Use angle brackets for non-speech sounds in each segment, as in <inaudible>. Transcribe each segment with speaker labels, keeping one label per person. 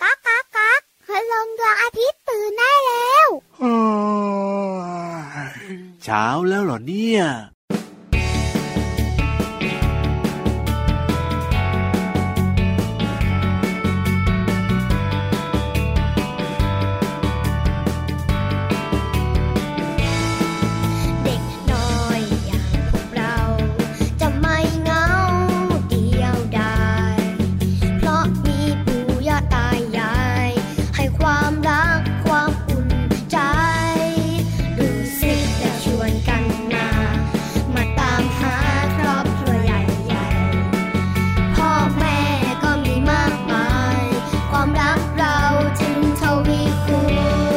Speaker 1: ก๊ากก๊ากก๊ากคุณลุงดวงอาทิตย์ตื่นได้แล้ว
Speaker 2: เช้าแล้วเหรอเนี่ย
Speaker 3: เด็กน้อยอย่างพวกเรา จะไม่เหงาเดียวดายเพราะมีปู่ย่าตายาย ให้ความรักความอุ่นใจ ดูสิจะชวนกันมา มาตามหาครอบครัวใหญ่ๆ พ่อแม่ก็มีมากมาย ความรักเราจึงทวีคู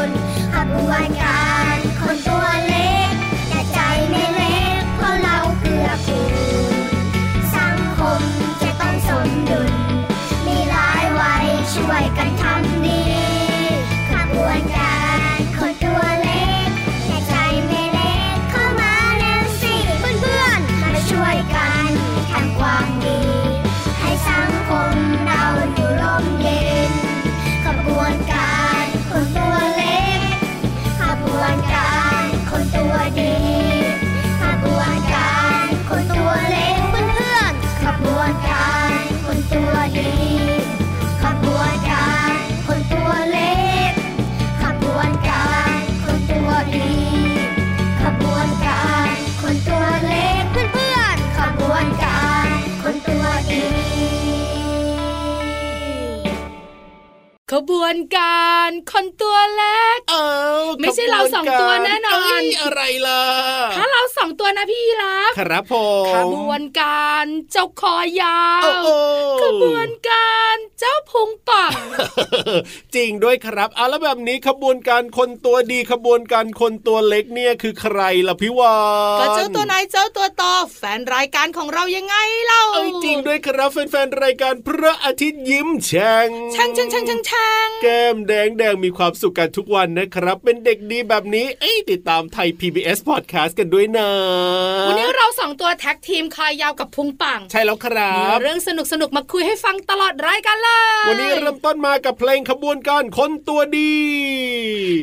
Speaker 3: ณขบวนการคนตัวเล็ก แต่ใจไม่เล็กเพราะเราเกือกูลสังคมจะต้องสมดุล มีหลายวัยช่วยกันทำดีขบวนการคนตัวเล็ก แต่ใจไม่เล็กเข้ามาแล้วสิเพื่อนๆมาช่วยกันทำความดี ให้สังคมเราอยู่ร่มเย็นขบวนการคนตัวเล็ก ขบวนการคนตัวดี ขบวนการคนตัวเล็กเพื่อนๆขบวนการคนตัวดี ขบวนการคนตัวเล็ก ขบวนการคนตัวดี ขบวนการคนตัวเล็กเพื่อนๆขบวนการคนตัวดี
Speaker 4: ขบวนการคนตัวเล็ก
Speaker 5: เออ
Speaker 4: ไม่ใช่เราสองตัวแน่นอน
Speaker 5: เยอะไรล่ะ
Speaker 4: ถ้าเราสองตัวนะพี่รับ
Speaker 5: ครับผม
Speaker 4: ขบวนการเจ้าคอยา
Speaker 5: โอ้
Speaker 4: ว
Speaker 5: โห
Speaker 4: ขบวนการเจ้าพุงป่อง
Speaker 5: จริงด้วยครับเอาแล้วแบบนี้ขบวนการคนตัวดีขบวนการคนตัวเล็กเนี่ยคือใครล่ะพี่วาน
Speaker 6: ก็เจ้าตัวนายเจ้าตัวต่อแฟนรายการของเรายังไงเล่า
Speaker 5: เอ้ยจริงด้วยครับแฟนๆรายการพระอาทิตย์ยิ้มแฉ่ง
Speaker 6: ช่างช่างช่างช่างช่าง
Speaker 5: แก้มแดงแดงมีความสุขกันทุกวันนะครับ เป็นเด็กดีแบบนี้ เอ้ยติดตามไทย PBS Podcast กันด้วยนะ
Speaker 4: วันนี้เราสองตัวแท็กทีมคอยาวกับพุงป่อง
Speaker 5: ใช่แล้วครั
Speaker 4: มี
Speaker 5: บ
Speaker 4: เรื่องสนุกสนุกๆมาคุยให้ฟังตลอดรายการเลย
Speaker 5: วันนี้เริ่มต้นมากับเพลงขบวนการคนตัวดี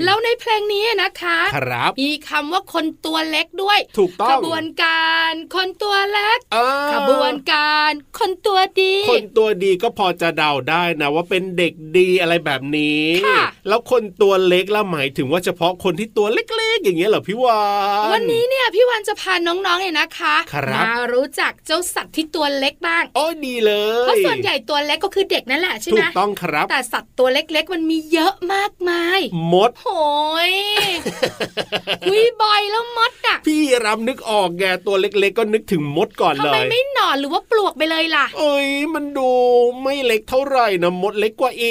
Speaker 4: แล้วในเพลงนี้นะคะ
Speaker 5: ครับ
Speaker 4: มีคำว่าคนตัวเล็กด้วย
Speaker 5: ถูกต้อง
Speaker 4: ขบวนการคนตัวเล็ก
Speaker 5: อ่า
Speaker 4: ขบวนการคนตัวดี
Speaker 5: คนตัวดีก็พอจะเดาได้นะ ว่าเป็นเด็กดีอะไรแบบนี้
Speaker 4: ค่ะ
Speaker 5: แล้วคนตัวเล็กละหมายถึงว่าเฉพาะคนที่ตัวเล็กๆ อย่างเงี้ยเหรอพี่วาน
Speaker 4: วันนี้เนี่ยพี่วันจะพาน้องๆเนี่ยนะคะ
Speaker 5: ครับ
Speaker 4: มารู้จักเจ้าสัตว์ที่ตัวเล็กบ้าง
Speaker 5: โอ้ดีเลย
Speaker 4: เพราะส่วนใหญ่ตัวเล็กก็คือเด็กนั่นแหละใช่
Speaker 5: ถู
Speaker 4: ไหม
Speaker 5: กต้องครับ
Speaker 4: แต่สัตว์ตัวเล็กๆ มันมีเยอะมากมาย
Speaker 5: มด
Speaker 4: โห
Speaker 5: <laughs>
Speaker 4: ย คุยบ่อยแล้วมดอ่ะ
Speaker 5: พี่รำนึกออกแกตัวเล็กๆ ก็นึกถึงมดก่อน
Speaker 4: ทำ
Speaker 5: เล
Speaker 4: ไม
Speaker 5: ย
Speaker 4: ไม่หนอนหรือว่าปลวกไปเลยล่ะ
Speaker 5: เอ้ย มันดูไม่เล็กเท่าไหร่นะมดเล็กกว่าเอ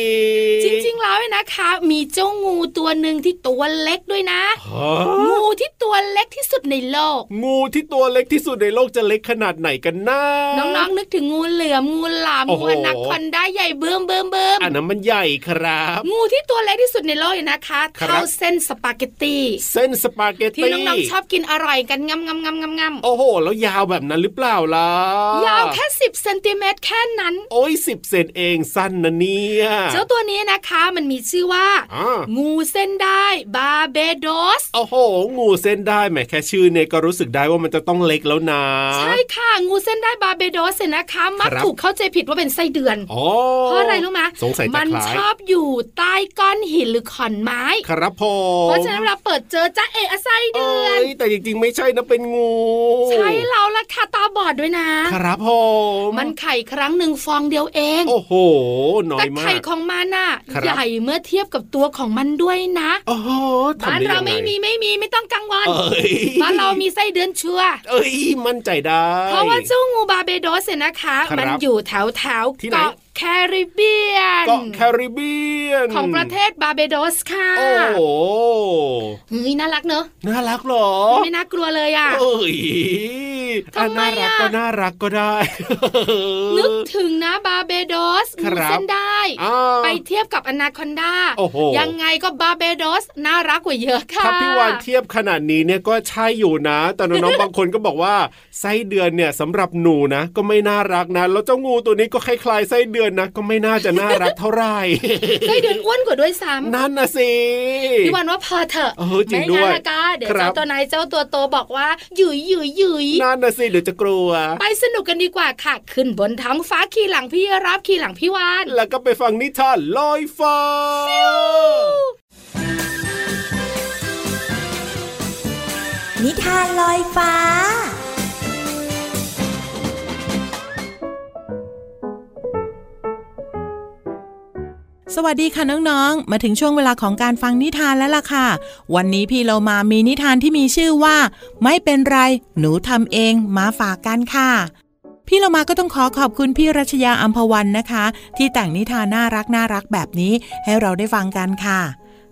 Speaker 5: ง
Speaker 4: จริงๆแล้วเนี่ยนะคะ มีเจ้างูตัวหนึ่งที่ตัวเล็กด้วยนะ
Speaker 5: ฮะ
Speaker 4: งูที่ตัวเล็กที่สุดในโลก
Speaker 5: งูที่ตัวเล็กที่สุดในโลกจะเล็กขนาดไหนกันนะ
Speaker 4: น้องๆนึกถึงงูเหลือมงูหลาม
Speaker 5: โอ้โห
Speaker 4: งูอนักคอนได้ใหญ่เบิ่มเบิ่มเบิ่ม
Speaker 5: อันนั้นมันใหญ่ครับ
Speaker 4: งูที่ตัวเล็กที่สุดในโลกเนี่ยนะคะ
Speaker 5: ครับ
Speaker 4: เท่าเส้นสปาเกตตี
Speaker 5: เส้นสปาเกต
Speaker 4: ที่
Speaker 5: ตี้
Speaker 4: น้องๆชอบกินอร่อยกันงำงำงำงำง
Speaker 5: โอ้โห แล้วยาวแบบนั้นหรือเปล่าล่ะ
Speaker 4: ำยาวแค่ 10เซนติเมตรแค่นั้น
Speaker 5: โอ้ยสิบเซนเองสั้นนะเนี่ย
Speaker 4: เจ้าตัวนี้นะคะมันมีชื่อว่า
Speaker 5: อ่า
Speaker 4: งูเส้นได้บาเบโดส
Speaker 5: โอ้โห งูเส้นได้แหมแค่ชื่อเนี่ยก็รู้สึกได้ว่ามันจะต้องเล็กแล้วนะ
Speaker 4: ใช่ค่ะ งูเส้นได้บาเบโดสเนี่ยนะคะมัก
Speaker 5: ครับ
Speaker 4: ถูกเข้าใจผิดว่าเป็นไส้เดือน
Speaker 5: อ๋อ
Speaker 4: เพราะอะไรรู้ไหม
Speaker 5: สงสัยจะ
Speaker 4: มัน
Speaker 5: คล้าย
Speaker 4: ชอบอยู่ใต้ก้อนหินหรือขอนไม้
Speaker 5: ครับผม
Speaker 4: เพราะฉะนั้นเวลาเปิดเจอจ้าเอะอะไส้เดือน
Speaker 5: เยแต่จริงๆ ไม่ใช่นะเป็นงู
Speaker 4: ใช่แล้วล่ะค่ะตาบอดด้วยนะ
Speaker 5: ครับผม
Speaker 4: มันไข่ครั้งหนึ่งฟองเดียวเอง
Speaker 5: โอ้โห น้อ
Speaker 4: แต่
Speaker 5: ยมา
Speaker 4: ไข่
Speaker 5: ก
Speaker 4: ของมันน่ะ
Speaker 5: ครับ
Speaker 4: ใหญ่เมื่อเทียบกับตัวของมันด้วยนะ
Speaker 5: โอ้โหทำ
Speaker 4: บ้าน
Speaker 5: ด้
Speaker 4: เรา
Speaker 5: ยังง
Speaker 4: ไม่มีไม่มีไม่ต้องกังวล
Speaker 5: เอ้ย
Speaker 4: บ้านเรามีไส้เดือนชัวร์
Speaker 5: เอ้ย มั่นใจได้
Speaker 4: เพราะว่าเจ้างูบาร์เบโดสเนี่ยนะคะ
Speaker 5: ครับ
Speaker 4: มันอยู่แถวแถว
Speaker 5: ที่ไหน
Speaker 4: เกาะแคริบเบียน
Speaker 5: เกาะแคริบเบียน
Speaker 4: ของประเทศบาร์เบโดสค่ะ
Speaker 5: โอ้โห
Speaker 4: เฮ้ยน่ารักเนอะ
Speaker 5: น่ารักเหรอ
Speaker 4: ไม่น่ากลัวเลยอ่ะ
Speaker 5: เอ้ย
Speaker 4: ทำไม
Speaker 5: น่ารัก
Speaker 4: อะ
Speaker 5: ก็น่ารัก <laughs> ก็ได้
Speaker 4: นึกถึงนะบาร์เบโดส
Speaker 5: ค
Speaker 4: งู
Speaker 5: รับ
Speaker 4: เส้นได้
Speaker 5: อ่า
Speaker 4: ไปเทียบกับอนาคอนดา
Speaker 5: โอ้โห
Speaker 4: ยังไงก็บาร์เบโดสน่ารักกว่าเยอะค่ะ
Speaker 5: ถ้าพี่วานเทียบขนาดนี้เนี่ยก็ใช่อยู่นะ แต่น้องๆ บางคนก็บอกว่าไส้เดือนเนี่ยสำหรับหนูนะ ก็ไม่น่ารักนะ แล้วเจ้างูตัวนี้ก็คล้ายๆไส้เดือน ดือนนะ ก็ไม่น่าจะน่ารักเท่าไหร่ <laughs>
Speaker 4: ไส้เดือนอ้วนกว่าด้วยซ้
Speaker 5: นั่นนะสิ
Speaker 4: ำพี่วันว่าพอเถอะ
Speaker 5: เออจริง
Speaker 4: ไม่
Speaker 5: ด้ว
Speaker 4: งั้
Speaker 5: ย
Speaker 4: นละก็เดี๋ยว
Speaker 5: ครับ
Speaker 4: เจ้าตัวนายเจ้าตัวโตบอกว่าหยุยหยุยหยุย
Speaker 5: <laughs> นั่นนะสิเดี๋ยวจะกลัว
Speaker 4: ไปสนุกกันดีกว่าค่ะ ขึ้นบนท้องฟ้าขี่หลังพี่รับขี่หลังพี่วาน
Speaker 5: แล้วก็ไปฟังนิทานลอยฟ้า
Speaker 7: นิทานลอยฟ้า
Speaker 8: สวัสดีค่ะน้องๆ มาถึงช่วงเวลาของการฟังนิทานแล้วล่ะค่ะ วันนี้พี่เรามามีนิทานที่มีชื่อว่า ไม่เป็นไร หนูทำเองมาฝากกันค่ะ พี่เรามาก็ต้องขอขอบคุณพี่รัชยาอัมพวันนะคะ ที่แต่งนิทานน่ารักน่ารักแบบนี้ให้เราได้ฟังกันค่ะ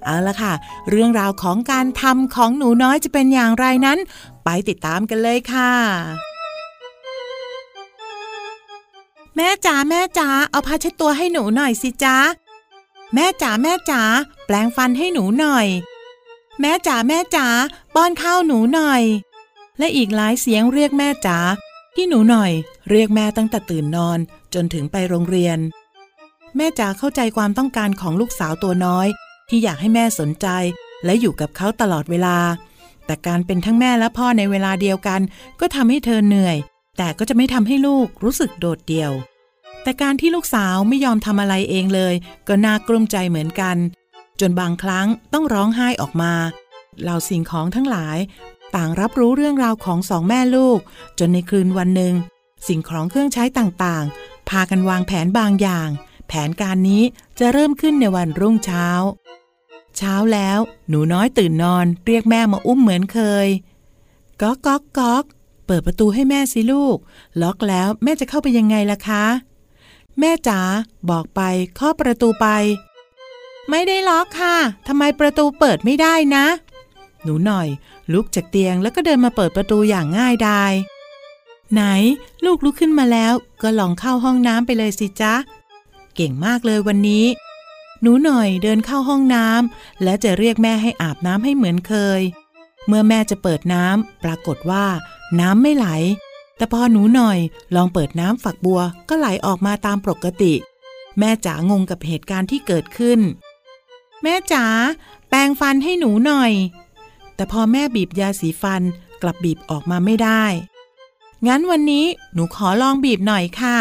Speaker 8: เอาละค่ะ เรื่องราวของการทำของหนูน้อยจะเป็นอย่างไรนั้น ไปติดตามกันเลยค่ะ แม่จ๋าแม่จ๋าเอาผ้าเช็ดตัวให้หนูหน่อยสิจ๊ะ แม่จ๋าแม่จ๋าแปลงฟันให้หนูหน่อย แม่จ๋าแม่จ๋าป้อนข้าวหนูหน่อย และอีกหลายเสียงเรียกแม่จ๋าที่หนูหน่อย เรียกแม่ตั้งแต่ตื่นนอน จนถึงไปโรงเรียน แม่จ๋าเข้าใจความต้องการของลูกสาวตัวน้อย ที่อยากให้แม่สนใจ และอยู่กับเขาตลอดเวลา แต่การเป็นทั้งแม่และพ่อในเวลาเดียวกัน ก็ทำให้เธอเหนื่อย แต่ก็จะไม่ทำให้ลูกรู้สึกโดดเดี่ยว แต่การที่ลูกสาวไม่ยอมทำอะไรเองเลย ก็น่ากลุ้มใจเหมือนกัน จนบางครั้งต้องร้องไห้ออกมาเหล่าสิ่งของทั้งหลาย ต่างรับรู้เรื่องราวของสองแม่ลูก จนในคืนวันหนึ่ง สิ่งของเครื่องใช้ต่างๆ พากันวางแผนบางอย่าง แผนการนี้จะเริ่มขึ้นในวันรุ่งเช้า เช้าแล้ว หนูน้อยตื่นนอน เรียกแม่มาอุ้มเหมือนเคย ก๊อกก๊อกก๊อกเปิดประตูให้แม่สิลูก ล็อกแล้วแม่จะเข้าไปยังไงล่ะคะ แม่จ๋าบอกไปข้อประตูไป ไม่ได้ล็อกค่ะทำไมประตูเปิดไม่ได้นะ หนูหน่อย ลุกจากเตียงแล้วก็เดินมาเปิดประตูอย่างง่ายดายไหน ลูกลุกขึ้นมาแล้ว ก็ลองเข้าห้องน้ำไปเลยสิจ๊ะ เก่งมากเลยวันนี้ หนูหน่อยเดินเข้าห้องน้ำและจะเรียกแม่ให้อาบน้ำให้เหมือนเคย เมื่อแม่จะเปิดน้ำปรากฏว่า น้ำไม่ไหล แต่พอหนูหน่อยลองเปิดน้ำฝักบัวก็ไหลออกมาตามปกติ แม่จ๋างงกับเหตุการณ์ที่เกิดขึ้น แม่จ๋าแปรงฟันให้หนูหน่อย แต่พอแม่บีบยาสีฟันกลับบีบออกมาไม่ได้ งั้นวันนี้หนูขอลองบีบหน่อยค่ะ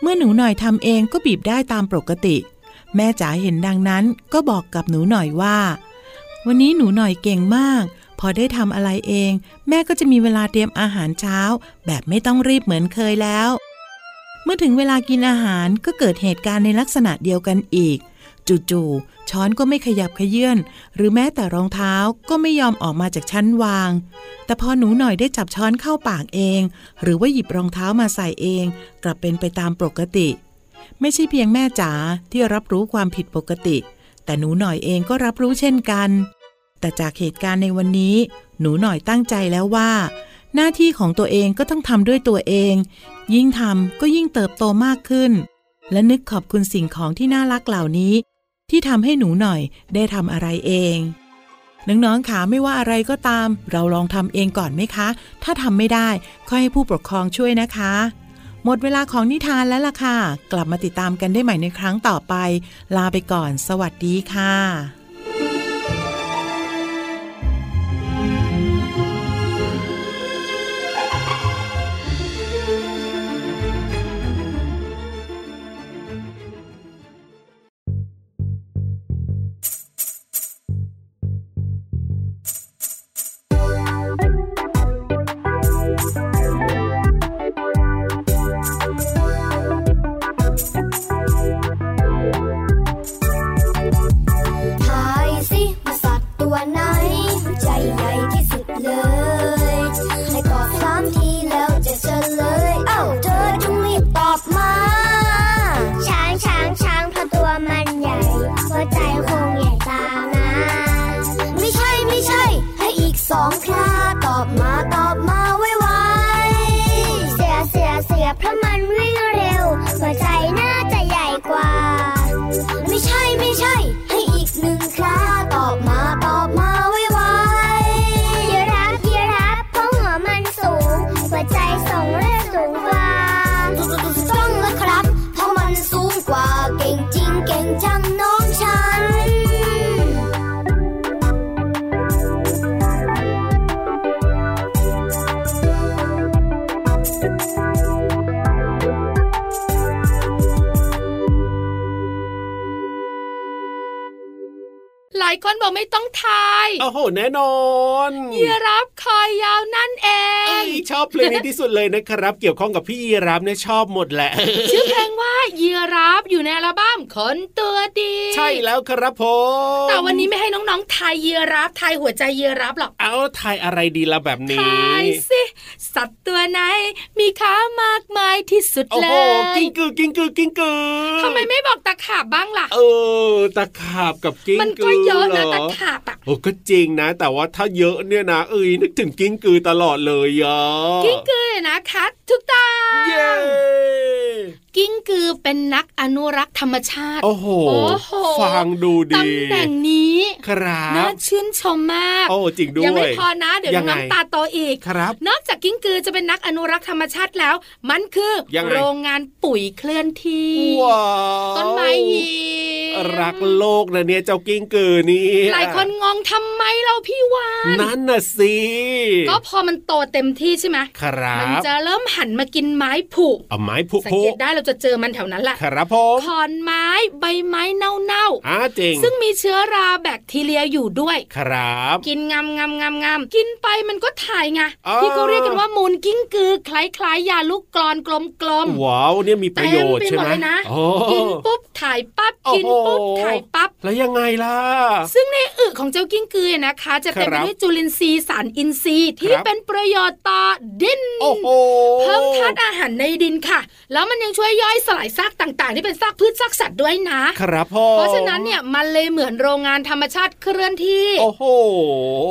Speaker 8: เมื่อหนูหน่อยทำเองก็บีบได้ตามปกติ แม่จ๋าเห็นดังนั้นก็บอกกับหนูหน่อยว่า วันนี้หนูหน่อยเก่งมาก พอได้ทำอะไรเอง แม่ก็จะมีเวลาเตรียมอาหารเช้า แบบไม่ต้องรีบเหมือนเคยแล้ว เมื่อถึงเวลากินอาหารก็เกิดเหตุการณ์ในลักษณะเดียวกันอีก จู่ๆช้อนก็ไม่ขยับขยื่นหรือแม้แต่รองเท้าก็ไม่ยอมออกมาจากชั้นวาง แต่พอหนูหน่อยได้จับช้อนเข้าปากเอง หรือว่าหยิบรองเท้ามาใส่เอง กลับเป็นไปตามปกติ ไม่ใช่เพียงแม่จ๋าที่รับรู้ความผิดปกติ แต่หนูหน่อยเองก็รับรู้เช่นกัน แต่จากเหตุการณ์ในวันนี้ หนูหน่อยตั้งใจแล้วว่า หน้าที่ของตัวเองก็ต้องทำด้วยตัวเอง ยิ่งทำก็ยิ่งเติบโตมากขึ้น และนึกขอบคุณสิ่งของที่น่ารักเหล่านี้ ที่ทำให้หนูหน่อยได้ทำอะไรเอง น้องๆขาไม่ว่าอะไรก็ตาม เราลองทำเองก่อนไหมคะ ถ้าทำไม่ได้ค่อยให้ผู้ปกครองช่วยนะคะ หมดเวลาของนิทานแล้วล่ะค่ะ กลับมาติดตามกันได้ใหม่ในครั้งต่อไป ลาไปก่อน สวัสดีค่ะ
Speaker 3: ถ้า
Speaker 4: ายคนบอกไม่ต้องทาย
Speaker 5: โอ้โหแน่นอน
Speaker 4: ยีรับคอยยาวนั่นเอ
Speaker 5: เอ้
Speaker 4: ง
Speaker 5: ยชอบเพลงนี้ที่สุดเลยนะครับ เกี่ยวข้องกับพี่ยีรับเนี่ยชอบหมดแห
Speaker 4: <laughs>
Speaker 5: ละ
Speaker 4: ชื่อเพลงว่ายีรับอยู่ในอัลบั้มคนตัวดี
Speaker 5: ใช่แล้วครับผม
Speaker 4: แต่วันนี้ไม่ให้น้องๆทายยีรับทายหัวใจยีรับหรอก
Speaker 5: เอาทายอะไรดีละแบบนี้
Speaker 4: ทายสิสัตว์ตัวไหน มีขามากมายที่สุด
Speaker 5: โอ้
Speaker 4: เล
Speaker 5: โห
Speaker 4: ย
Speaker 5: กิ้งกือกิ้งกือกิ้งกือ
Speaker 4: ทำไมไม่บอกตะขาบบ้างล่ะ
Speaker 5: เออตะขาบกับกิ้งกือ
Speaker 4: มันก็เยอะนะ
Speaker 5: หร
Speaker 4: ตะขาบอะ
Speaker 5: โอ้ก็จริงนะ แต่ว่าถ้าเยอะเนี่ยนะเอ้ยนึกถึงกิ้งกือตลอดเลยอ่ะ
Speaker 4: กิ้งกือนะคะทุกตา
Speaker 5: เย้
Speaker 4: กิ้งกือเป็นนักอนุรักษ์ธรรมชา <laughs> ติ
Speaker 5: โอ้โห
Speaker 4: โอ้โห
Speaker 5: ฟังดูดี
Speaker 4: ตำแหน่งนี้
Speaker 5: ครั
Speaker 4: น่า
Speaker 5: บ
Speaker 4: ชื่นชมมาก
Speaker 5: โอ้จริงด้วย
Speaker 4: ยังไม่พอนะ เดี๋ยว
Speaker 5: งไง
Speaker 4: น้ำตาโตอีก
Speaker 5: ครับ
Speaker 4: นอกจากกิ้งกือจะเป็นนักอนุรักษ์ธรรมชาติแล้ว มันคือ
Speaker 5: ยังไง
Speaker 4: โรงงานปุ๋ยเคลื่อนที่
Speaker 5: ว้าว
Speaker 4: ต้นไม้ยี
Speaker 5: รักโลกนะเนี่ยเจ้ากิ้งกือนี่
Speaker 4: หลายคนงงทำไมเราพี่วาน
Speaker 5: นั่นน่ะสิ
Speaker 4: ก็พอมันโตเต็มที่ใช่ไหม
Speaker 5: ครั
Speaker 4: มัน
Speaker 5: บ
Speaker 4: จะเริ่มหันมากินไม้ผุ
Speaker 5: เอาไม้ผุ
Speaker 4: สัง
Speaker 5: ผุ
Speaker 4: เกตได้เราจะเจอมันแถวนั้นแหละ
Speaker 5: ครับผม
Speaker 4: ขอนไม้ใบไม้เน่า
Speaker 5: อ่าจริง
Speaker 4: ๆซึ่งมีเชื้อราแบคทีเรียอยู่ด้วย
Speaker 5: ครับ
Speaker 4: กินงำงำงำงำกินไปมันก็ถ่ายไง
Speaker 5: อ่า
Speaker 4: ที่เขาเรียกกันว่ามูลกิ้งกือ คล้ายๆยาลูกกรอนกลมๆ
Speaker 5: ว้าวเนี่ยมีประโยชน์
Speaker 4: เต็มไป
Speaker 5: ใช่
Speaker 4: หมด
Speaker 5: ไหม
Speaker 4: เลยนะ
Speaker 5: โอ้
Speaker 4: กินปุ๊บถ่ายปั๊บกินปุ๊บถ่ายปั๊บ
Speaker 5: แล้วยังไงล่ะ
Speaker 4: ซึ่งในอึของเจ้ากิ้งกือนะคะ จะเต็มไป
Speaker 5: ครับ
Speaker 4: ด้วยจุลินทรีย์สารอินทรีย์ที่
Speaker 5: ครับ
Speaker 4: เป็นประโยชน์ต่อดิน
Speaker 5: โอ้โห
Speaker 4: เพิ่มธาตุอาหารในดินค่ะ แล้วมันยังช่วยย่อยสลายซากต่างๆ ที่เป็นซากพืชซากสัตว์ด้วยนะ
Speaker 5: ครับพ่อ
Speaker 4: เพราะฉะนั้นเนี่ยมันเลยเหมือนโรงงานธรรมชาติเคลื่อนที่
Speaker 5: โอ้โห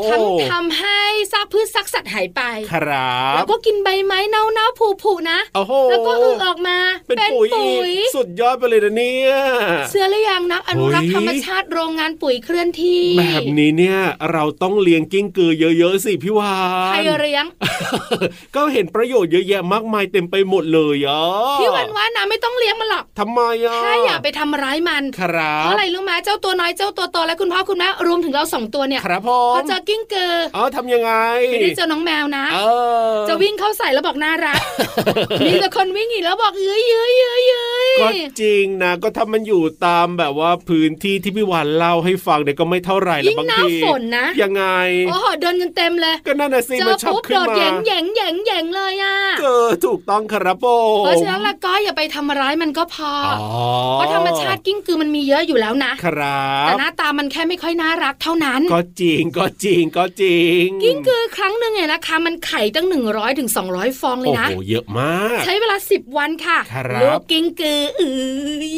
Speaker 4: ทั้งทำให้ซากพืชซากสัตว์หายไป
Speaker 5: ครับ
Speaker 4: แล้วก็กินใบไม้เน่าๆผุๆนะ
Speaker 5: โอ้โห
Speaker 4: แล้วก็อึออกมา
Speaker 5: เป็นปุ๋ยอีกสุดยอดไปเลยนะเนี่ย
Speaker 4: เสื้อหรือยังนักอนุรักษ์
Speaker 5: เฮ้ย
Speaker 4: ธรรมชาติโรงงานปุ๋ยเคลื่อนที่
Speaker 5: แบบนี้เนี่ยเราต้องเลี้ยงกิ้งกือเยอะๆสิพี่วา
Speaker 4: ใคร
Speaker 5: น
Speaker 4: เลี้ยง
Speaker 5: <laughs> ก็เห็นประโยชน์เยอะแยะมากมายเต็มไปหมดเลยอ่ะ
Speaker 4: พี่วันว่านะไม่ต้องเลี้ยงมันหรอก
Speaker 5: ทำไมอ่ะ
Speaker 4: แค่อย่าไปทำร้ายมัน
Speaker 5: ครับ
Speaker 4: เพราะอะไรรู้ไหมเจ้าตัวน้อยเจ้าตัวโตและคุณพ่อคุณแม่รวมถึงเราสองตัวเนี่ย
Speaker 5: ครับพ่อ
Speaker 4: พอเจอกิ้งเกอร์
Speaker 5: เออทำยังไง
Speaker 4: ไม่ได้เจอน้องแมวนะ
Speaker 5: เออ
Speaker 4: จะวิ่งเข้าใส่แล้วบอกน่า
Speaker 5: <laughs>
Speaker 4: รักมีแต่คนวิ่งหนีแล้วบอกเยื้ยเยื้ยเยื้ยเยื้
Speaker 5: ก็
Speaker 4: ย
Speaker 5: จริงนะ ก็ถ้ามันอยู่ตามแบบว่าพื้นที่ที่พี่วานเล่าให้ฟังเนี่ยก็ไม่เท่าไหร่ละ
Speaker 4: ยิ่ง
Speaker 5: บาง
Speaker 4: หน้า
Speaker 5: ที
Speaker 4: ฝนนะ
Speaker 5: ยังไง
Speaker 4: โอ้โหเดินกันเต็มเลย
Speaker 5: ก็นั่นน่ะสิ
Speaker 4: เจ
Speaker 5: มัน
Speaker 4: อ
Speaker 5: ชอบ
Speaker 4: ปุ๊บ
Speaker 5: ขึ้
Speaker 4: โด
Speaker 5: น
Speaker 4: ด
Speaker 5: มา
Speaker 4: แหยงแหยงแหยงแหยงเลยอ่ะ
Speaker 5: เออถูกต้องครับผม
Speaker 4: เพราะฉะนั้นละก็อย่าไปทำร้ายมันก็พออ
Speaker 5: อ๋อ
Speaker 4: เพราะธรรมชาติกิ้งกือมันมีเยอะอยู่แล้วนะ
Speaker 5: ครั
Speaker 4: แต่
Speaker 5: บ
Speaker 4: หน้าตามันแค่ไม่ค่อยน่ารักเท่านั้น
Speaker 5: ก็จริงก็จริงก็จริง
Speaker 4: กิ้งกือครั้งหนึ่งเนี่ยนะคะ มันไข่ตั้ง 1 0 0ร้อถึงสองฟองเลย
Speaker 5: โอ้
Speaker 4: นะ
Speaker 5: โหเยอะมาก
Speaker 4: ใช้เวลา 10 วันค่ะ
Speaker 5: ครับ
Speaker 4: ลูกกิ้งกืออื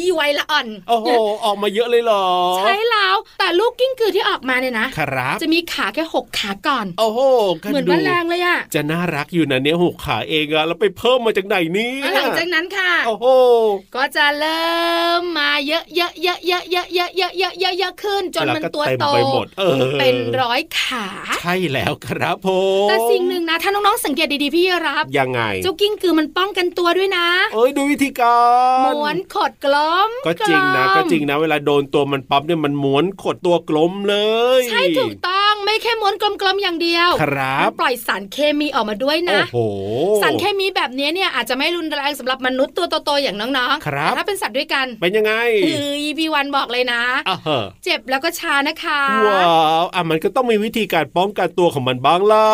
Speaker 4: อไวยละอ่อน
Speaker 5: โอ้โหออกมาเยอะเลยเหรอ
Speaker 4: ใช้แล้ว แต่ลูกกิ้งกือที่ออกมาเนี่ยนะ
Speaker 5: ครับ
Speaker 4: จะมีขาแค่ 6 ขาก่อน
Speaker 5: โอ้โหก็
Speaker 4: เหมือน
Speaker 5: ดู
Speaker 4: แมลงเลยอะ
Speaker 5: จะน่ารักอยู่นะเนี่ยหกขาเองอะแล้วไปเพิ่มมาจากไหนเนี่ย
Speaker 4: แล้วหลังจากนั้นค่ะ
Speaker 5: โอ้โห
Speaker 4: ก็จะเริ่มมาเยอะเยอะเยอะเยอะเยอะเยอะเยอะเยอะเยอะเยอะขึ้น จนมัน
Speaker 5: แล้วก็
Speaker 4: ตัว
Speaker 5: เต็ม
Speaker 4: โต
Speaker 5: ไปหมดเออ
Speaker 4: เป็นร้อยขา
Speaker 5: ใช่แล้วครับผม
Speaker 4: แต่สิ่งหนึ่งนะ ถ้าน้องๆสังเกตดีๆพี่รับ
Speaker 5: ยังไง
Speaker 4: เจ้ากิ้งกือมันป้องกันตัวด้วยนะ
Speaker 5: เอ้ยดูวิธีการ
Speaker 4: ม้วนขดกลม
Speaker 5: ก็จริงนะ ก็จริงนะ เวลาโดนตัวมันปั๊บเนี่ยมันม้วนขดตัวกลมเลย
Speaker 4: ใช่ถูกต้องไม่แค่ม้วนกลมๆอย่างเดียว
Speaker 5: ครับ
Speaker 4: มันปล่อยสารเคมีออกมาด้วยนะ
Speaker 5: โอ้โห
Speaker 4: สารเคมีแบบนี้เนี่ยอาจจะไม่รุนแรงสำหรับมนุษย์ตัวโตๆอย่างน้องๆ
Speaker 5: ครับ
Speaker 4: แต่ถ้าเป็นสัตว์ด้วยกัน
Speaker 5: เป็นยังไง
Speaker 4: คือพี่วันบอกเลยนะ
Speaker 5: อ่ะเหอะ
Speaker 4: เจ็บแล้วก็ชานะคะ
Speaker 5: ว้าวอ่ะมันก็ต้องมีวิธีการป้องกันตัวของมันบ้างล่ะ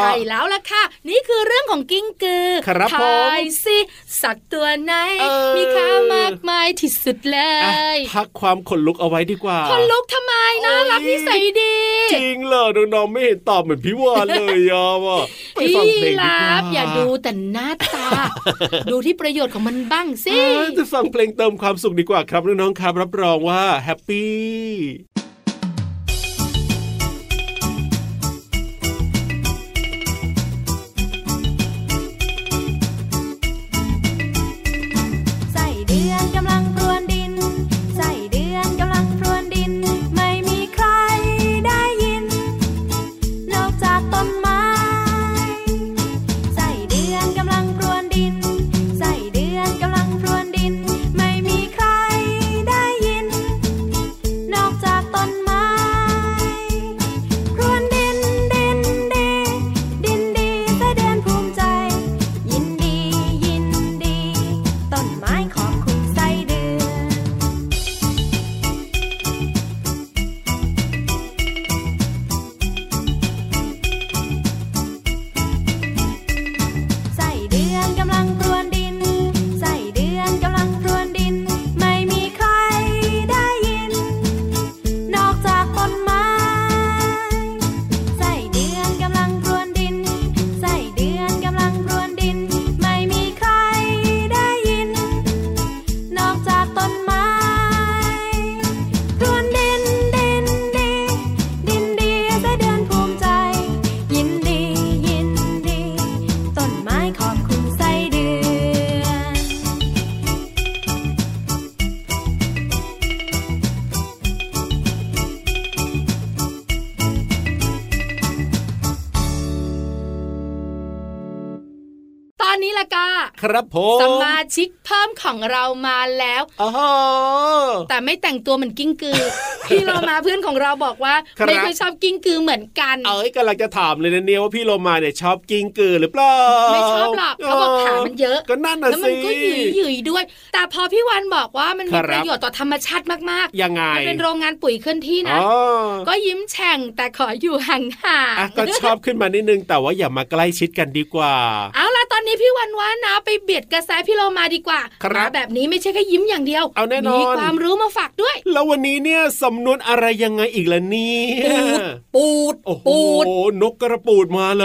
Speaker 4: ใช่แล้วล่ะค่ะ นี่คือเรื่องของกิ้งกือ
Speaker 5: ครับผม
Speaker 4: ทายสิสัตว์ตัวไหน
Speaker 5: เออ
Speaker 4: มีค่ามากมายที่สุดเล
Speaker 5: อ่ะ
Speaker 4: ย
Speaker 5: พักความขนลุกเอาไว้ดีกว่า
Speaker 4: คนลุกทำไมน่ารักนิสัยดี
Speaker 5: จริงเหรอน้องๆไม่เห็นตอบเหมือนพี่วานเลยอ่ะว่าไป
Speaker 4: พี่
Speaker 5: ฟังเพลงดี
Speaker 4: ลา
Speaker 5: ว่า
Speaker 4: กบอย่าดูแต่หน้า
Speaker 5: <laughs>
Speaker 4: ตา ดูที่ประโยชน์ของมันบ้างสิ
Speaker 5: เอ้ยจะฟังเพลงเติมความสุขดีกว่าครับน้องๆครับ รับรองว่าแฮปปี้
Speaker 7: ใส่เดือนกำลังพรวนดิน ใส่เดือนกำลังพรวนดิน ไม่มีใครได้ยิน นอกจากต้นไม้ ใส่เดือนกำลังพรวนดิน ใส่เดือนกำลังพรวนดิน ไม่มีใครได้ยิน นอกจากต้น
Speaker 4: กา
Speaker 5: ครับผม
Speaker 4: สมาชิกเพิ่มของเรามาแล้ว
Speaker 5: อ๋อ
Speaker 4: แต่ไม่แต่งตัวเหมือนกิ้ง
Speaker 5: <laughs>
Speaker 4: กือ พี่เรามาเพื่อนของเราบอกว่า
Speaker 5: ครับ
Speaker 4: ไม่เคยชอบกิ้งกือเหมือนกัน
Speaker 5: เอ้ยกำลังจะถามเลยนะเนี่ยว่าพี่โลมาเนี่ยชอบกิงกือหรือเปล่า
Speaker 4: ไม่ชอบหรอกเขาบอกขามันเยอะ
Speaker 5: ก็นั่นน่ะ
Speaker 4: แล้วมั
Speaker 5: สิ
Speaker 4: นก็หยุยหยุยๆด้วย แต่พอพี่วันบอกว่ามัน
Speaker 5: ครับ
Speaker 4: มีประโยชน์ต่อธรรมชาติมาก
Speaker 5: ยังไง
Speaker 4: ๆมันเป็นโรงงานปุ๋ยเคลื่อนที่นะ
Speaker 5: อ๋อ
Speaker 4: ก็ยิ้มแฉ่งแต่ขออยู่ห่าง
Speaker 5: อ่ะก็ช
Speaker 4: ๆ
Speaker 5: อบขึ้นมานิดนึงแต่ว่าอย่ามาใกล้ชิดกันดีกว่า
Speaker 4: เอาล่ะตอนนี้พี่วันว่านะไปเบียดกระแสพี่เรามาดีกว่า
Speaker 5: ครับ
Speaker 4: มาแบบนี้ไม่ใช่แค่ยิ้มอย่างเดียว
Speaker 5: เอาแน่นอน
Speaker 4: มีความรู้มาฝากด้วย
Speaker 5: แล้ววันนี้เนี่ยสำนวนอะไรยังไงอีกล่ะเนี่ย
Speaker 4: ปูด
Speaker 5: โอ้โห
Speaker 4: ปูด
Speaker 5: นกกระปูดมาเล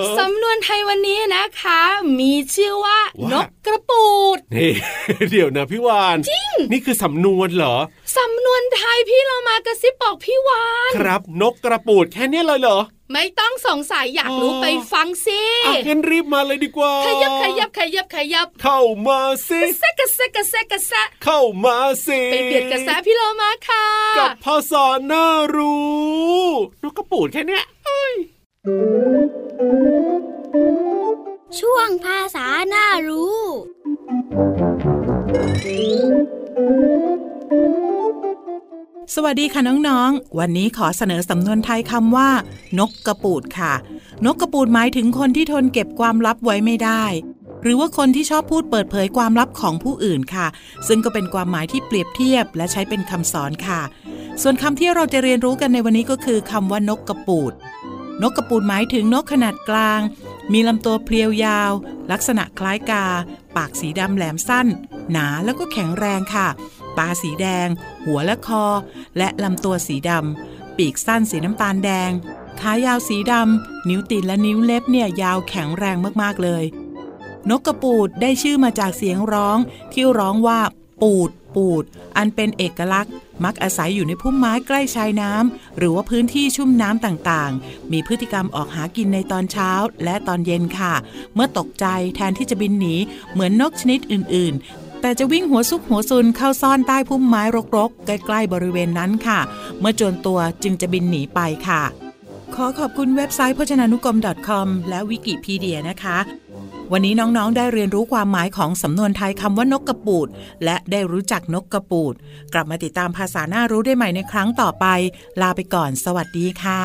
Speaker 5: ย
Speaker 4: สำนวนไทยวันนี้นะคะ มีชื่อว่า
Speaker 5: ว่า
Speaker 4: นกกระปูด
Speaker 5: นี่ <laughs> เดี๋ยวนะพี่วาน
Speaker 4: จริง
Speaker 5: นี่คือสำนวนเหรอ
Speaker 4: สำนวนไทยพี่เรามากระซิบบอกพี่วาน
Speaker 5: ครับนกกระปูดแค่เนี้ยเลยเหรอ
Speaker 4: ไม่ต้องสงสัยอยากรู้
Speaker 5: อ๋อ
Speaker 4: ไปฟังสิ
Speaker 5: อ่ะงั้นรีบมาเลยดีกว่า
Speaker 4: ขยับขยับขยับขยับ
Speaker 5: เข้ามาสิ
Speaker 4: กระแซะกระแซะกระแซะกระแซะ
Speaker 5: เข้ามาสิ
Speaker 4: ไปเบียดกระแซะพี่เรามาค่ะ
Speaker 5: กับภาษาน่ารู้ นกกระปูดแค่เนี้ย
Speaker 1: ช่วงภาษาน่ารู้
Speaker 8: สวัสดีค่ะน้องๆ วันนี้ขอเสนอสำนวนไทยคำว่า นกกระปูดค่ะ นกกระปูดหมายถึงคนที่ทนเก็บความลับไว้ไม่ได้ หรือว่าคนที่ชอบพูดเปิดเผยความลับของผู้อื่นค่ะ ซึ่งก็เป็นความหมายที่เปรียบเทียบและใช้เป็นคำสอนค่ะ ส่วนคำที่เราจะเรียนรู้กันในวันนี้ก็คือคำว่านกกระปูด นกกระปูดหมายถึงนกขนาดกลาง มีลำตัวเพรียวยาว ลักษณะคล้ายกา ปากสีดำแหลมสั้น หนาแล้วก็แข็งแรงค่ะ ตาสีแดง หัวและคอ และลำตัวสีดำ ปีกสั้นสีน้ำตาลแดง ขายาวสีดำ นิ้วตีนและนิ้วเล็บเนี่ยยาวแข็งแรงมากๆเลย นกกระปูดได้ชื่อมาจากเสียงร้อง ที่ร้องว่า ปูด ปูด อันเป็นเอกลักษณ์ มักอาศัยอยู่ในพุ่มไม้ใกล้ชายน้ำหรือว่าพื้นที่ชุ่มน้ำต่างๆ มีพฤติกรรมออกหากินในตอนเช้าและตอนเย็นค่ะ เมื่อตกใจแทนที่จะบินหนี เหมือนนกชนิดอื่น ๆ แต่จะวิ่งหัวซุกหัวซุนเข้าซ่อนใต้พุ่มไม้รกๆ ใกล้ๆบริเวณนั้นค่ะ เมื่อจวนตัวจึงจะบินหนีไปค่ะ ขอขอบคุณเว็บไซต์พจนานุกรม .com และวิกิพีเดียนะคะ วันนี้น้องๆ ได้เรียนรู้ความหมายของสำนวนไทยคำว่านกกระปูด และได้รู้จักนกกระปูด กลับมาติดตามภาษาหน้ารู้ได้ใหม่ในครั้งต่อไป ลาไปก่อน สวัสดีค่ะ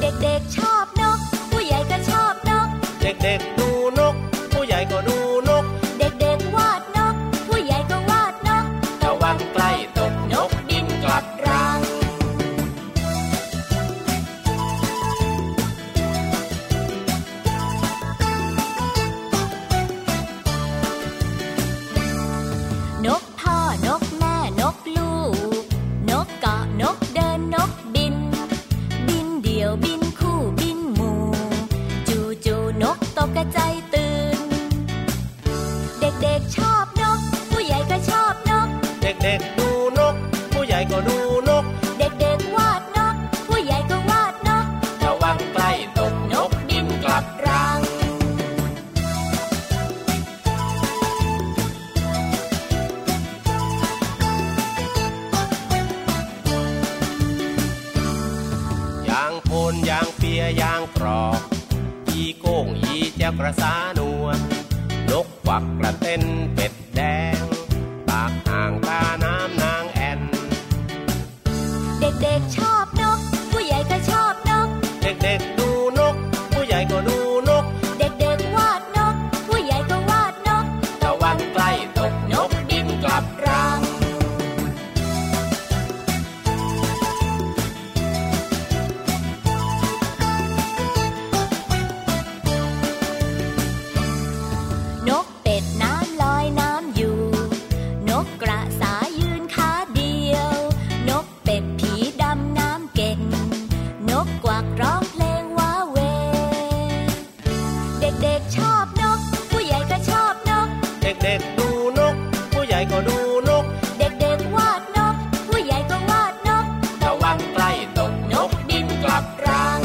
Speaker 7: เด็กๆชอบนก ผู้ใหญ่ก็ชอบนก
Speaker 9: เด็กๆดูนก ผู้ใหญ่ก็ดูนก
Speaker 7: เด็กๆวาดนก ผู้ใหญ่ก็วาดนก
Speaker 9: ระวังใกล้ตกนกบินกลับรัง
Speaker 7: นกพ่อนกแม่นกลูก นกเกาะนกเดินนกบิน บินเดี่ยวบินคู่บินหมู่ จูจูๆนกตกกระใจายตื่น เด็กๆชอบนก ผู้ใหญ่ก็ชอบนก
Speaker 9: เด็กๆดูนก ผู้ใหญ่ก็ดูนก
Speaker 7: เด็กๆวาดนก ผู้ใหญ่ก็วาดนก
Speaker 9: ระวังใกล้ตกนกบินกลับรัง ยางโพนยางเปียยางกรอกอีโก้งอีแจ้วกระสานวลนกควักกระเต้นเป็ดแดง ปากอ่างตาน้ำนางแอน
Speaker 7: เด็กๆชอบนก ผู้ใหญ่ก็ชอบนก
Speaker 9: เด็กๆดูนก ผู้ใหญ่ก็ดูนก
Speaker 7: เด็กๆวาดนก ผู้ใหญ่ก็วาดนก
Speaker 9: ตะวันใกล้ตกนกบินกลับรัง
Speaker 7: เ
Speaker 10: ญ่ก็ดูนก
Speaker 1: เด็กๆวาดนก ผู้ใหญ่ก็วาดนก
Speaker 10: ระวังใกล้ตกนกบินกลับรัง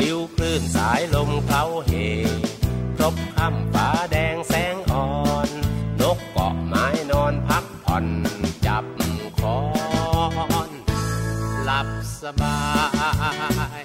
Speaker 10: ริ้วคลื่นสายลมเคล้าเหพรบค่ำฟ้าแดงแสงอ่อน นกเกาะไม้นอนพักผ่อน จับคอน หลับสบาย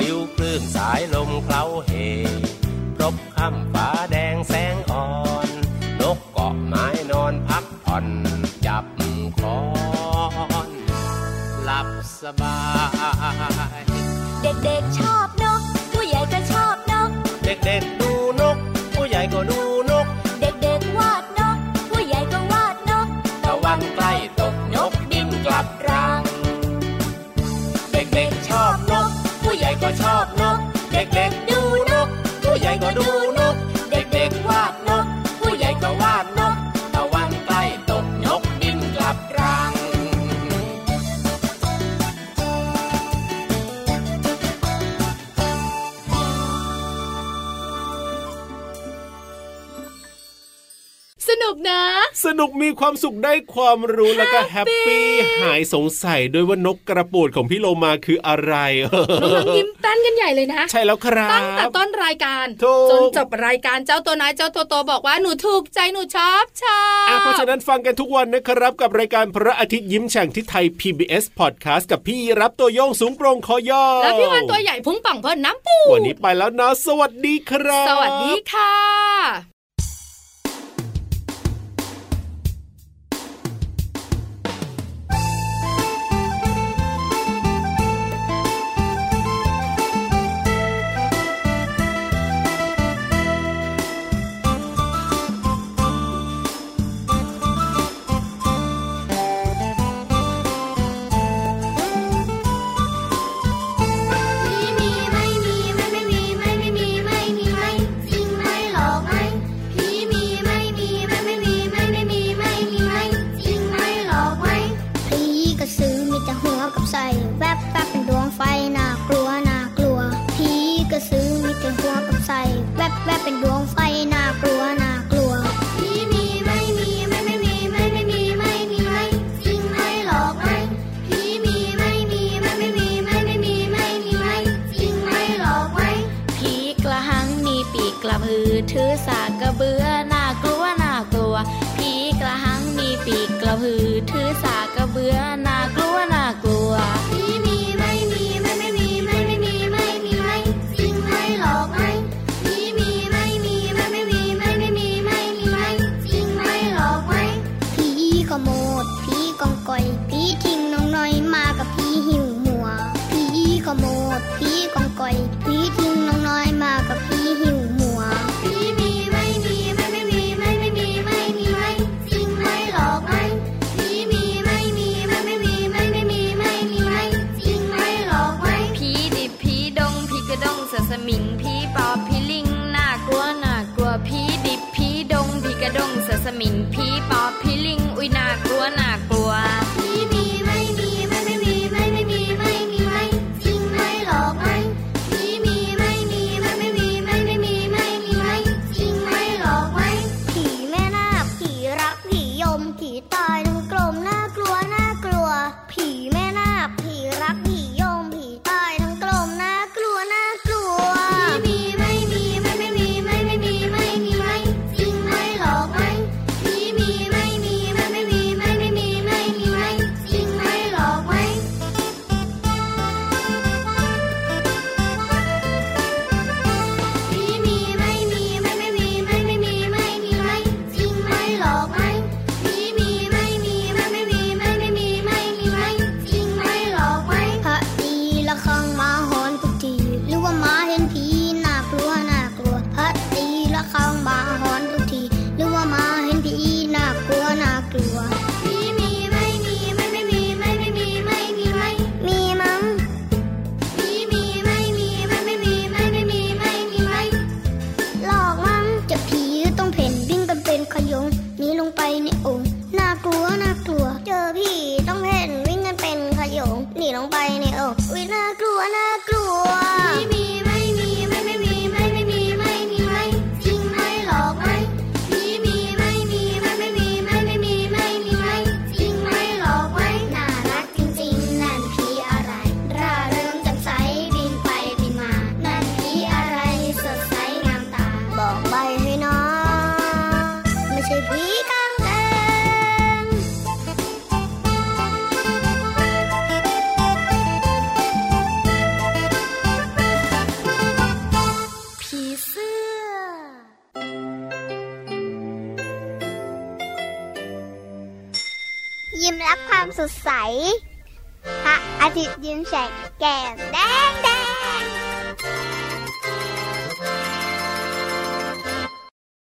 Speaker 10: ริ้วคลื่นสายลมเคล้าเหพรบค่ำฟ้าแดงแสงอ่อน นกเกาะไม้นอนพักผ่อน จับคอน หลับสบาย
Speaker 1: เด็กๆชอบนก ผู้ใหญ่ก็ชอบนก
Speaker 10: เด็กๆดูนก ผู้ใหญ่ก็ดูนก
Speaker 1: เด็กๆวาดนก ผู้ใหญ่ก็วาดนก
Speaker 10: ระวังใกล้ตกนกบินกลับรัง เด็กๆชอบนก ผู้ใหญ่ก็ชอบนก เด็กๆดูนก ผู้ใหญ่ก็ดูนก เด็กๆวาดนก ผู้ใหญ่ก็วาดนก ระวังใกล้ตกนกบินกลับรัง
Speaker 4: สนุกนะ
Speaker 5: สนุกมีความสุขได้ความรู้แล้วก็แฮปปี้หายสงสัยด้วยว่านกกระปูดของพี่โลมาคืออะไร <laughs>
Speaker 4: น้องๆยิ้มเต้นกันใหญ่เลยนะ
Speaker 5: ใช่แล้วครั
Speaker 4: ตั้งแต่
Speaker 5: บ
Speaker 4: ต้นรายการ
Speaker 5: ถูก
Speaker 4: จนจบรายการเจ้าตัวน้อยเจ้าตัวโตบอกว่าหนูถูกใจหนูชอบชอ
Speaker 5: อ่ะ
Speaker 4: บ
Speaker 5: เพราะฉะนั้นฟังกันทุกวันนะครับ กับรายการพระอาทิตย์ยิ้มแฉ่งที่ไทย PBS Podcast กับพี่รับตัวโยงสูงโปรงคอยอ
Speaker 4: แล้วพี่วันตัวใหญ่พุงป่องพ่นน้ำปูด
Speaker 5: วันนี้ไปแล้วนะ สวัสดีครับ
Speaker 4: สวัสดีค่ะ
Speaker 11: มีมีไม่มีไม่ไม่มีไม่ไม่มีไม่มีไม่จริงไม่หลอกไม่ผีมีไม่มีไม่ไม่มีไม่ไม่มีไม่มีไม่จริงไม่หลอกไม่ผีกระสือมีแต่หัวกับไส้แวบแวบเป็นดวงไฟน่ากลัวน่ากลัวผีกระสือมีแต่หัวกับไส้แวบแวบเป็นดวงไฟน่ากลัวน่ากลัวผีมีไม่มีไม่ไม่มีไม่ไม่มีไม่มีไม่จริงไม่หลอกไม่ผีมีไม่มีไม่ไม่มีไม่ไม่มีไม่มีไม่จริงไม่หลอกไม่
Speaker 1: ผีกระหังมีปีกกระพือถือสากกระเบือน่ากลัวน่ากลัวผีกระหังมีปีกกระพือถือสากกระเบือน่ากลัวน่ากลัว
Speaker 11: ผีมีไม่มีไม่ไม่มีไม่ไม่มีไม่มีไม่จริงไม่หลอกไม่ผีมีไม่มีไม่ไม่มีไม่ไม่มีไม่มีไม่จริงไม่หลอกไม่ผีขโมดผีกองก่อยผีทิ้งน้องน้อยมากับผีหิวหัวผีขโมดผีกองก่อยผีทิ้งน้องน้อยมากับผีหิวหัวผีมีไม่มีไม่ไม่มีไม่ไม่มีไม่มีไม่จริงไม่หลอกไม่ ผีมีไม่มีไม่ไม่มีไม่ไม่มีไม่มีไม่จริงไม่หลอกไม่
Speaker 1: ผีดิบผีดงผีกระดงเสือสมิงผีปอบผีลิงน่ากลัวน่ากลัวผีดิบผีดงผีกระดงเสือสมิงผีปอบผีลิงอุ้ยน่ากลัวน่ากลัว
Speaker 11: ผีมีไม่มีไม่ไม่มีไม่ไม่มีไม่มีไม่จริงไม่หลอกไม่ผีมีไม่มีไม่ไม่มีไม่ไม่มีไม่มีไม่จริงไม่หลอกไม่
Speaker 1: ผีแม่นาคผีรักผียมผีตายทั้งกลมน่ากลัวน่ากลัว ผีแม่นาคผีรักผียมผีตายทั้งกลมน่ากลัวน่ากลัว
Speaker 11: ผีไม่มีไม่ไม่มีไม่ไม่มีไม่มีไม่จริงไม่หลอกไม่ผีมีไม่มีไม่ไม่มีไม่ไม่มีไม
Speaker 1: ยิ้มรับความสดใส พระอาทิตย์ยิ้มแฉกแก้มแดงแดง